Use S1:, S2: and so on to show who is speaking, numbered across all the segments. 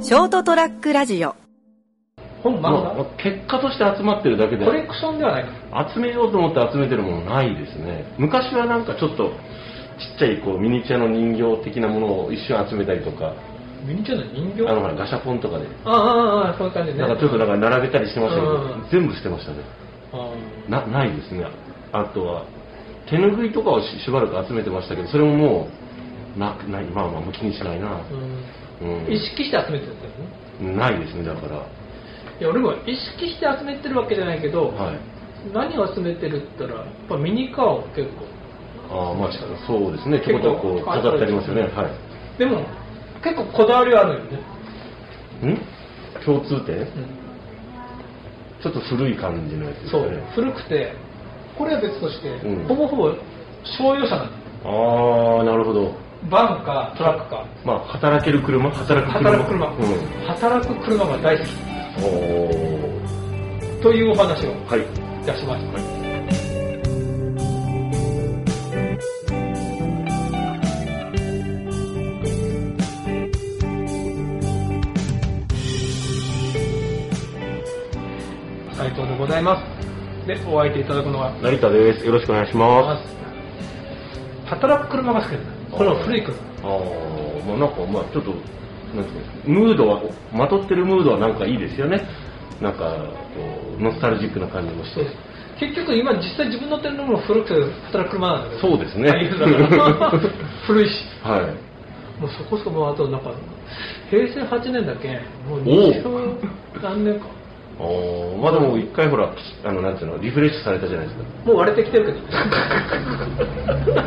S1: ショートトラックラジオ
S2: 本漫
S3: まあ
S2: 画
S3: 結果として集まってるだけで
S2: コレクションではないか
S3: 集めようと思って集めてるものないですね昔はなんかちょっとちっちゃいこうミニチュアの人形的なものを一瞬集めたりとか
S2: ミニチュアの人形
S3: あのほらガシャポンとかで
S2: ああああそういう感じね
S3: なんかちょっとなんか並べたりしてましたけど、
S2: うん
S3: 全部捨てましたね
S2: あ
S3: なないですねあとは手ぬぐいとかをししばらく集めてましたけどそれももうなないまあまあもう気にしないな
S2: あ、うん
S3: うん
S2: 意識して集めてるんですよね
S3: ないですねだから
S2: いや俺も意識して集めてるわけじゃないけど、
S3: はい
S2: 何を集めてるって言ったらやっぱミニカーを結構
S3: ああまあそうですねちょこちょここう飾ってありますよねは
S2: でも結構こだわりはあるよね、
S3: いん共通点
S2: うん
S3: ちょっと古い感じのやつです
S2: そ
S3: か
S2: う
S3: ね
S2: 古くてこれは別として、
S3: うん
S2: ほぼほぼ商用車なの
S3: ああなるほど
S2: バンかトラックか
S3: まあ働ける車働く車
S2: 働く車、働く車が大好き
S3: うん、おお
S2: というお話を
S3: はい
S2: 出しました、斉藤でございますでお相手いただくのは
S3: 成田ですよろしくお願いします
S2: 働く車が好きですこれは古い車
S3: ああまあなんかまあちょっとなんていうんですかムードはまとってるムードはなんかいいですよねなんかこうノスタルジックな感じもし
S2: そう
S3: て
S2: です結局今実際自分乗ってるのも古くて働く車なんだけど
S3: そうですね
S2: ああいうのだから古いし
S3: はい
S2: もうそこそこあとなんか平成8年だっけもう
S3: おう
S2: 20何年か
S3: おまあでも一回ほらあのなんていうのリフレッシュされたじゃないですか
S2: もう割れてきてるけど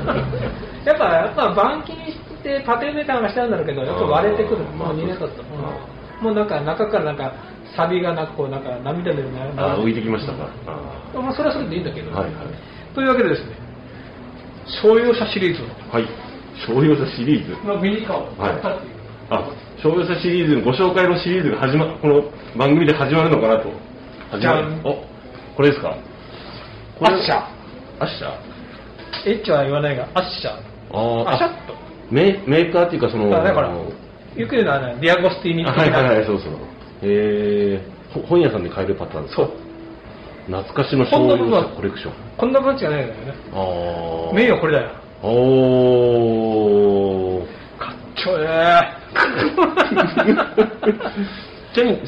S2: やっぱやっぱ板金してパテンメーカーがしてたんだろうけどやっぱ割れてくる
S3: あー
S2: もう2年経った、
S3: まあ
S2: うんもうなんか中からなんかサビがなんかこうなんか涙出るな
S3: あー浮いてきましたかあ
S2: まあそれはそれでいいんだけ
S3: ー
S2: ど、
S3: はいはい
S2: というわけでですね商用車シリーズ
S3: はい商用車シリーズ
S2: のミニカーを買ったっていう、
S3: あ商用車シリーズのご紹介のシリーズが始まこの番組で始まるのかなと始
S2: じゃ
S3: ま
S2: ん
S3: るおこれですかこれ
S2: アッシャー
S3: アッシャー
S2: エッチは言わないがアッシャー
S3: あー
S2: アシャ
S3: あ
S2: ッと
S3: メメーカーっていうかその
S2: あだから
S3: あの
S2: ゆっくりなディアゴスティーニ
S3: あ
S2: 的
S3: はい
S2: な
S3: はいはいそうそうえー、ほ本屋さんで買えるパターンです
S2: そう
S3: 懐かしの商用
S2: ほんの部
S3: 車
S2: 分
S3: コレクション
S2: こんな分違いないんだよね
S3: ああ
S2: メインはこれだよ
S3: おー
S2: かっちょ え
S3: ちなみにすみ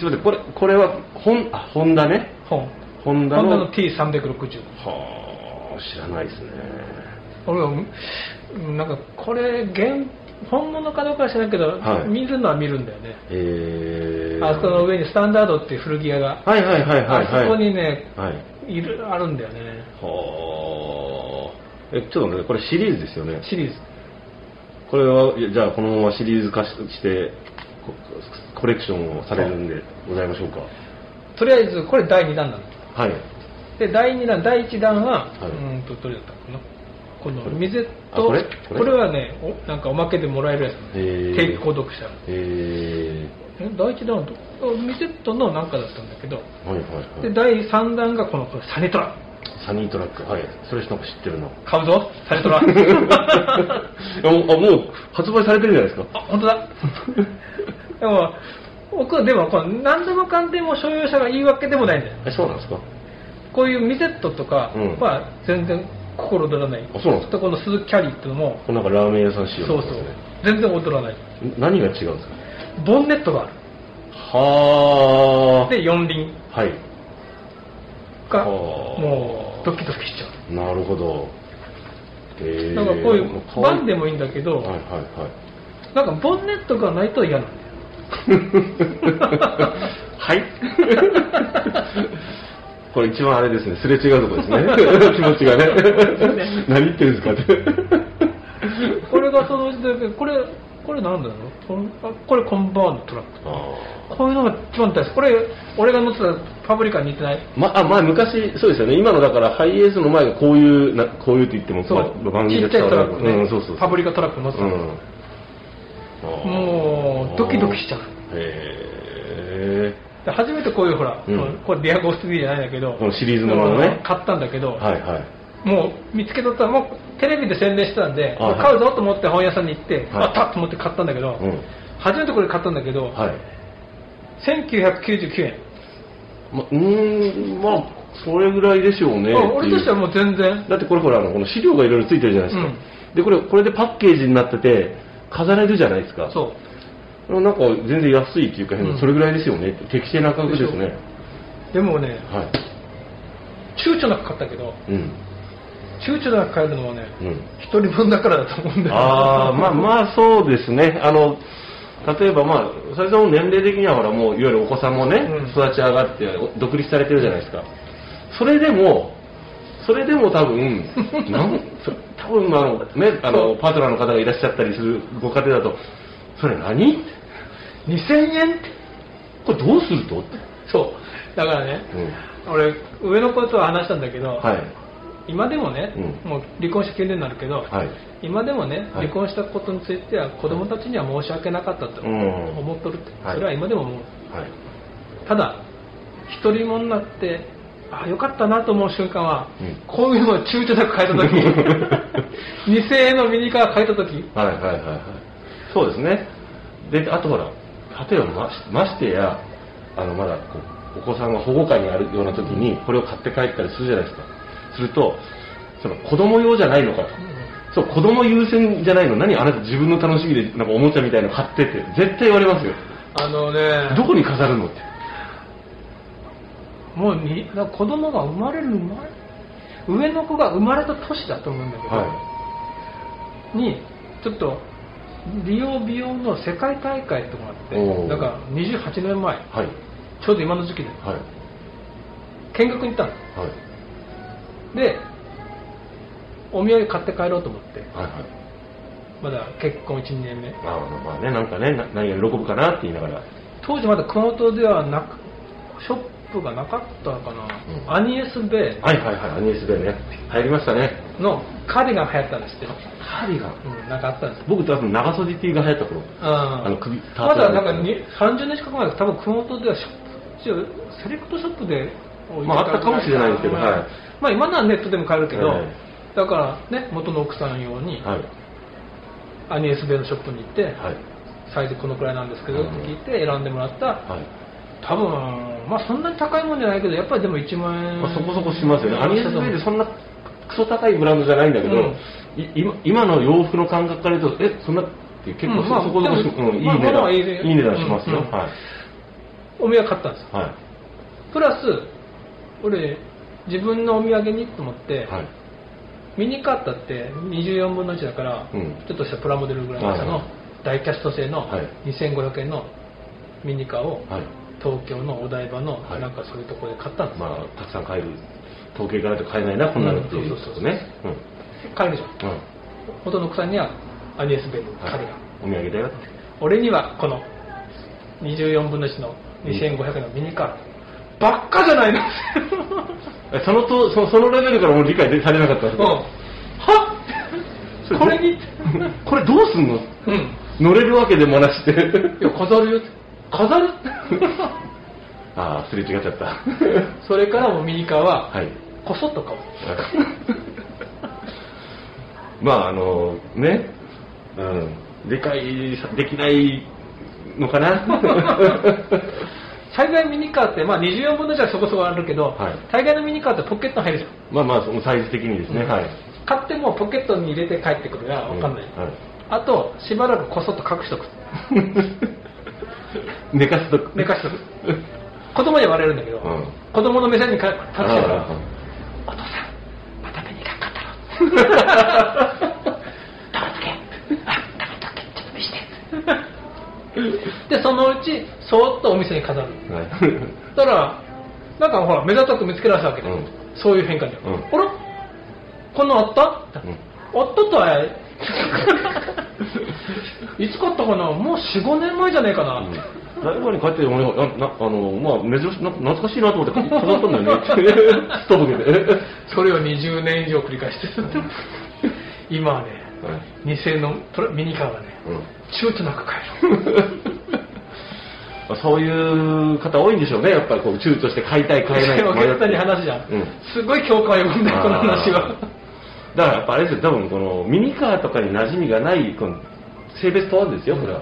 S3: ませんこれこれは本あホンダね
S2: え本
S3: ホンダ
S2: ホン
S3: の
S2: ダの T360
S3: はあ知らないですね
S2: 俺はうんなんかこれ現本物かどうかは知らんけど、
S3: はい
S2: 見るのは見るんだよね
S3: えー、
S2: あそこの上にスタンダードっていう古着屋が、
S3: はいはいはいはいはい
S2: あそこにね
S3: はい
S2: いるあるんだよね
S3: はあえちょっと待ってこれシリーズですよね
S2: シリーズ
S3: これはいやじゃあこのままシリーズ化ししてこコレクションをされるんでございましょうか
S2: とりあえずこれ第2弾なの
S3: はい
S2: で第2弾第1弾は、
S3: いう
S2: ーんとどれだったかなこの
S3: これ
S2: 水と
S3: あこれこれ
S2: はねおなんかおまけでもらえるやつ
S3: へー
S2: 定期購読者
S3: え
S2: え第1弾はど水とのなんかだったんだけど
S3: ー、はいはい
S2: で
S3: はい
S2: 第3弾がこのこれサニトラ
S3: サニートラックはいそれしか知ってる な
S2: 買うぞサニ トラ
S3: あもうあもう発売されてるじゃないですか
S2: あ本当だでも僕はでもこの何でもかんでも所有者が言い訳でもないんだよ
S3: えそうなんですか
S2: こういうミゼットとか
S3: うん
S2: は全然心躍らない、
S3: あそうなんですか
S2: とこの鈴木キャリーっていうのも
S3: これなんかラーメン屋さん仕様
S2: そう
S3: なん
S2: そ
S3: です
S2: う
S3: ね
S2: 全然踊らない
S3: 何が違うんですか
S2: ボンネットがある
S3: はあ
S2: で四輪
S3: はい
S2: が
S3: あー
S2: もうドキドキしちゃ
S3: なるほどえ
S2: う
S3: ー
S2: なんかこういう
S3: かわ
S2: バンでもいいんだけど、
S3: はいはいはい
S2: なんかボンネットがないと嫌なんだよ
S3: はい これ一番あれですねすれ違うとこです ね気持ちがね何言ってるんですかって
S2: これがそのうちでこれこれなんだろうこのあこれコンバーンドトラッ
S3: あ
S2: クこういうのが一番大好きこれ俺が乗ってたパブリカに似てない
S3: ーまあまあ昔そうですよね今のだからハイエースの前がこういうなこういうって言っても
S2: そ
S3: まあ
S2: う
S3: 番
S2: ち
S3: 組
S2: っち
S3: で
S2: ゃい
S3: 伝
S2: ト
S3: わ
S2: ラ
S3: らな
S2: ッ
S3: い
S2: クね、
S3: うんそうそう
S2: パブリカトラック乗って
S3: う
S2: た、
S3: んあー
S2: もうドキドキしちゃう
S3: へえ
S2: で初めてこういうほら、
S3: うん
S2: これディアゴスティじゃないんだけど
S3: このシリーズもののね
S2: 買ったんだけど、
S3: はいはい
S2: もう見つけとったらもうテレビで宣伝してたんで、
S3: あはい
S2: 買うぞと思って本屋さんに行って、
S3: はい
S2: あったと思って買ったんだけど、
S3: うん
S2: 初めてこれ買ったんだけど、
S3: はい
S2: 1999円。
S3: ま、うーん、まあ、それぐらいでしょうね。
S2: あ俺としてはもう全然。
S3: だってこれほら、あのこの資料がいろいろついてるじゃないですか。
S2: う
S3: で、これ、これでパッケージになってて、飾れるじゃないですか。
S2: そう。
S3: う。なんか、全然安いっていうか、
S2: うん
S3: それぐらいですよね。適正な価格ですね。
S2: でもね、
S3: はい。
S2: 躊躇なく買ったけど、
S3: うん。
S2: 躊躇なく買えるのはね、
S3: うん。
S2: 一人分だからだと 思うんだよ。
S3: ああ、まあまあそうですね。あの、例えばまあ、最初の年齢的にはほらもう、いわゆるお子さんもね、
S2: うん
S3: 育ち上がってお独立されてるじゃないですか。それでも、それでも 多分、なんそ多分あの、ね、あ
S2: そ
S3: の、
S2: う
S3: パートナーの方がいらっしゃったりするご家庭だと、それ何
S2: 2000円って。
S3: これどうするとって
S2: そう。だからね、
S3: うん。
S2: 俺、上の子とは話したんだけど、
S3: はい。
S2: 今でもね、
S3: うん
S2: もう離婚して9年になるけど、
S3: はい。
S2: 今でもね、
S3: は
S2: 離
S3: い
S2: 婚したことについては子供たちには申し訳なかったと
S3: うん
S2: 思っとるって、
S3: はい
S2: それは今でも思う。
S3: はい。
S2: ただ、独り者になって、あよかったなと思う瞬間は、
S3: うん
S2: こういうのを躊躇なく買えたとき、2000円 のミニカー買えたとき、
S3: はいはいはいはい。そうですね。で、あとほら、例えばましましてや、あの、まだこう、お子さんが保護下にあるような時に、これを買って帰ったりするじゃないですか。すると、その子供用じゃないのかと。そう、子供優先じゃないの。何あなた自分の楽しみで、なんかおもちゃみたいなの買ってって、絶対言われますよ。
S2: あのね、
S3: どこに飾るのって。
S2: もうにだから子供が生まれる前、上の子が生まれた年だと思うんだけど、
S3: は
S2: にちょっと美容美容の世界大会とかあっ
S3: お
S2: て
S3: ー
S2: だから28年前
S3: い。はい。
S2: ちょうど今の時期で
S3: はい。
S2: 見学に行ったの
S3: はい。
S2: でお土産買って帰ろうと思って
S3: はいはい。
S2: まだ結婚12年目
S3: まあまあまあね、なんかね、な何が喜ぶかなって言いながら。
S2: 当時まだ熊本ではなくショップがなかったのかな、
S3: うん
S2: アニエスベ
S3: はいはいはい、アニエスベルね。入りましたね。
S2: イのカーディガン流行ったんですって、
S3: ハリガン。
S2: うん、なんかあったんです
S3: 僕多分長袖 T が流行った頃、
S2: あ
S3: あの首ター
S2: ま
S3: トル
S2: だなんかに30年近く前多分熊本ではショップちょセレクトショップで置いて
S3: まああったかもしれないですけど
S2: うん
S3: はい
S2: まあ今ならネットでも買えるけど、
S3: はい
S2: だからね元の奥さん用に
S3: はい
S2: アニエスベのショップに行って、
S3: はい
S2: サイズこのくらいなんですけどっ
S3: うん
S2: て聞いて選んでもらった
S3: はい、
S2: 多分まあそんなに高いもんじゃないけどやっぱりでも1万円、
S3: まあ、そこそこしますよね、アニエスベルで
S2: そ
S3: そんなクソ高いブランドじゃないんだけど、
S2: うん
S3: い今今の洋服の感覚から言うとえそんなって結構
S2: うん
S3: そ,、
S2: まあ
S3: こそこし、
S2: でも
S3: うんいい
S2: まあ
S3: 値
S2: 物は
S3: 段
S2: い
S3: い
S2: いね
S3: い値段しますよ、
S2: うんうん
S3: はい
S2: お土産買ったんですよ
S3: は
S2: プラス俺自分のお土産にと思って、
S3: いはい
S2: ミニカータって24分の1だから、
S3: うん
S2: ちょっとしたプラモデルぐらいの大きさの、
S3: はいは
S2: 大キャスト製の
S3: はい
S2: 2500円のミニカーを、
S3: はい
S2: 東京のお台場の、
S3: はい
S2: なんかそういうところで買ったんですよ、
S3: まあたくさん買える東京行かないと買えないなこんなのっていう
S2: うんそうそうそう
S3: ことねうん
S2: 帰るじゃん
S3: うん
S2: 元の奥さんにはアニエス・ベルの
S3: は
S2: 彼
S3: い
S2: が、
S3: お土産だよって
S2: 俺にはこの24分の1の2500円のミニカータばっかじゃないの
S3: えそのとそそのレベルからもう理解でされなかったんです
S2: うん
S3: か
S2: は
S3: そ
S2: っこれに
S3: これどうすんの
S2: うん
S3: 乗れるわけでもなして
S2: いや飾るよ飾 る
S3: ああすれ違っちゃった
S2: それからもミニカーは
S3: はい
S2: こそっと買おう
S3: まああのねうん理解さできないのかな
S2: 最いミニカーって、まあ、24分の1はそこそこあるけど、
S3: はい
S2: 大概のミニカーってポケットに入るじゃん
S3: まあまあそのサイズ的にですね、はい
S2: 買ってもポケットに入れて帰ってくるから分かんない、
S3: うはい
S2: あとしばらくこそっと隠しとく
S3: 寝かすと
S2: 寝かしとく子供には割れるんだけど、
S3: うん
S2: 子供の目線にか隠して
S3: あ
S2: るから
S3: あ
S2: お父さんまた目にかかったろ黙っとけあ黙っとけちょっと見してでそのうちそーっとお店に飾る
S3: はい
S2: だから、なんかほら、目立たなく見つけられたわけで、
S3: うん
S2: そういう変化で、
S3: うん
S2: あらこんなんあった、
S3: うん
S2: あったとは、いつ買ったかな、もう4、5年前じゃねえかな、
S3: ライブに帰って、俺、あなあの、まあ、珍しい、な懐かしいなと思って飾ったん だよね。ストップで。
S2: それを20年以上繰り返して、今はね、
S3: はい
S2: 2000のトラミニカーがね、
S3: うん
S2: 躊躇なく買える。
S3: まあそういう方多いんでしょうね、やっぱりこう、躊躇して買いたい、買えな い
S2: お
S3: 迷っ
S2: 客さ
S3: て
S2: んに話じゃん、
S3: うん
S2: すごい共感を呼ぶんだよ、この話は
S3: あ。ーだからやっぱあれですよ、多分このミニカーとかに馴染みがないこの性別問わずですよ、これは。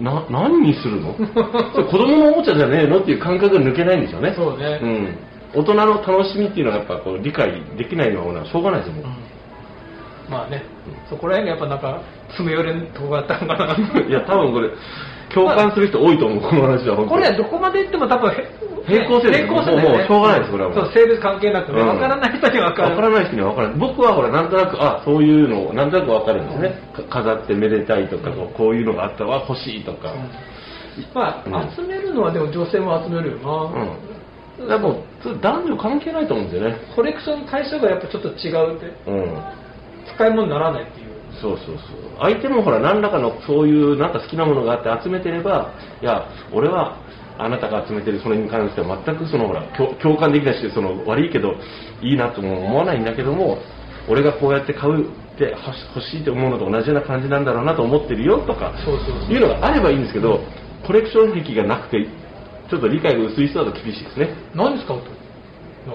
S3: な何にす るのそれ子供のおもちゃじゃねえのっていう感覚が抜けないんでしょうね
S2: そうね
S3: うん、大人の楽しみっていうのはやっぱこう理解できないのはしょうがないですよもう、
S2: うんまあね、そこら辺がやっぱなんか、詰め寄れんとこがあったのかな。
S3: いや、多分これ、共感する人多いと思う、この話は。本当
S2: こ
S3: に
S2: れはどこまで行っても多分、へ
S3: 平行線です
S2: 平行線だよね
S3: もうもうしょうがないですこれはも
S2: そうう、性別関係なくね、
S3: うん
S2: わからない人にはわか
S3: わからら
S2: ない。
S3: ない人にはわからない。僕はほら、なんとなく、あ、そういうのを、なんとなくわかるんですね。か飾ってめでたいとか、こうこういうのがあったわ、欲しいとか。
S2: ま
S3: うん
S2: あ、集めるのはでも女性も集めるよ
S3: う
S2: な。
S3: ん。でも、それ男女関係ないと思うんですよね。
S2: コレクションの対象がやっぱちょっと違うって、
S3: うん。
S2: 使い物にならないっていう。
S3: そうそうそう。相手もほら、何らかのそういう、なんか好きなものがあって集めてれば、いや、俺は、あなたが集めてるそれに関しては全くそのほら共共感できないしその悪いけどいいなとも思わないんだけども俺がこうやって買うって欲し欲しいと思うのと同じような感じなんだろうなと思ってるよとか
S2: そうそうそう
S3: いうのがあればいいんですけどコレクション癖がなくてちょっと理解が薄い人だと厳しいですね
S2: 何使うと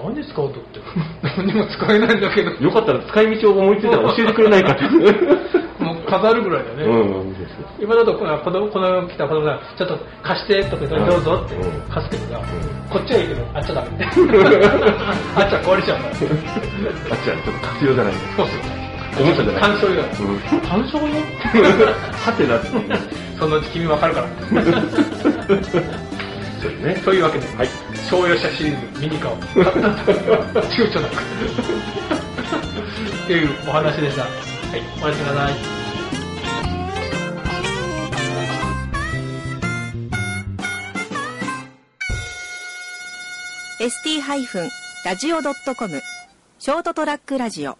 S2: 何に使うとって。 何にも使えないんだけど。
S3: よかったら使い道を思いついたら教えてくれない かって、
S2: もう飾るぐらいだね。
S3: うん、そうそう
S2: 今だとこの子供、この来た子供が、ちょっと貸してとか言ったらどうぞって
S3: うん
S2: 貸すけどさ、
S3: ん
S2: こっちはいいけど、あっちゃダ メ。あっちゃ壊れちゃうから。そう
S3: あっちはちょっと活用じゃない
S2: そう。
S3: おもちゃじゃない
S2: 単勝よ。
S3: うん
S2: 単勝よ
S3: はてなっていう
S2: そのうち君わか るから。
S3: そうですね
S2: というわけで、
S3: はい
S2: 商用車シリーズミニカーを買った躊躇な く。っていうお話でした。はい、おやすみなさい。
S1: ST-radio.com ショートトラックラジオ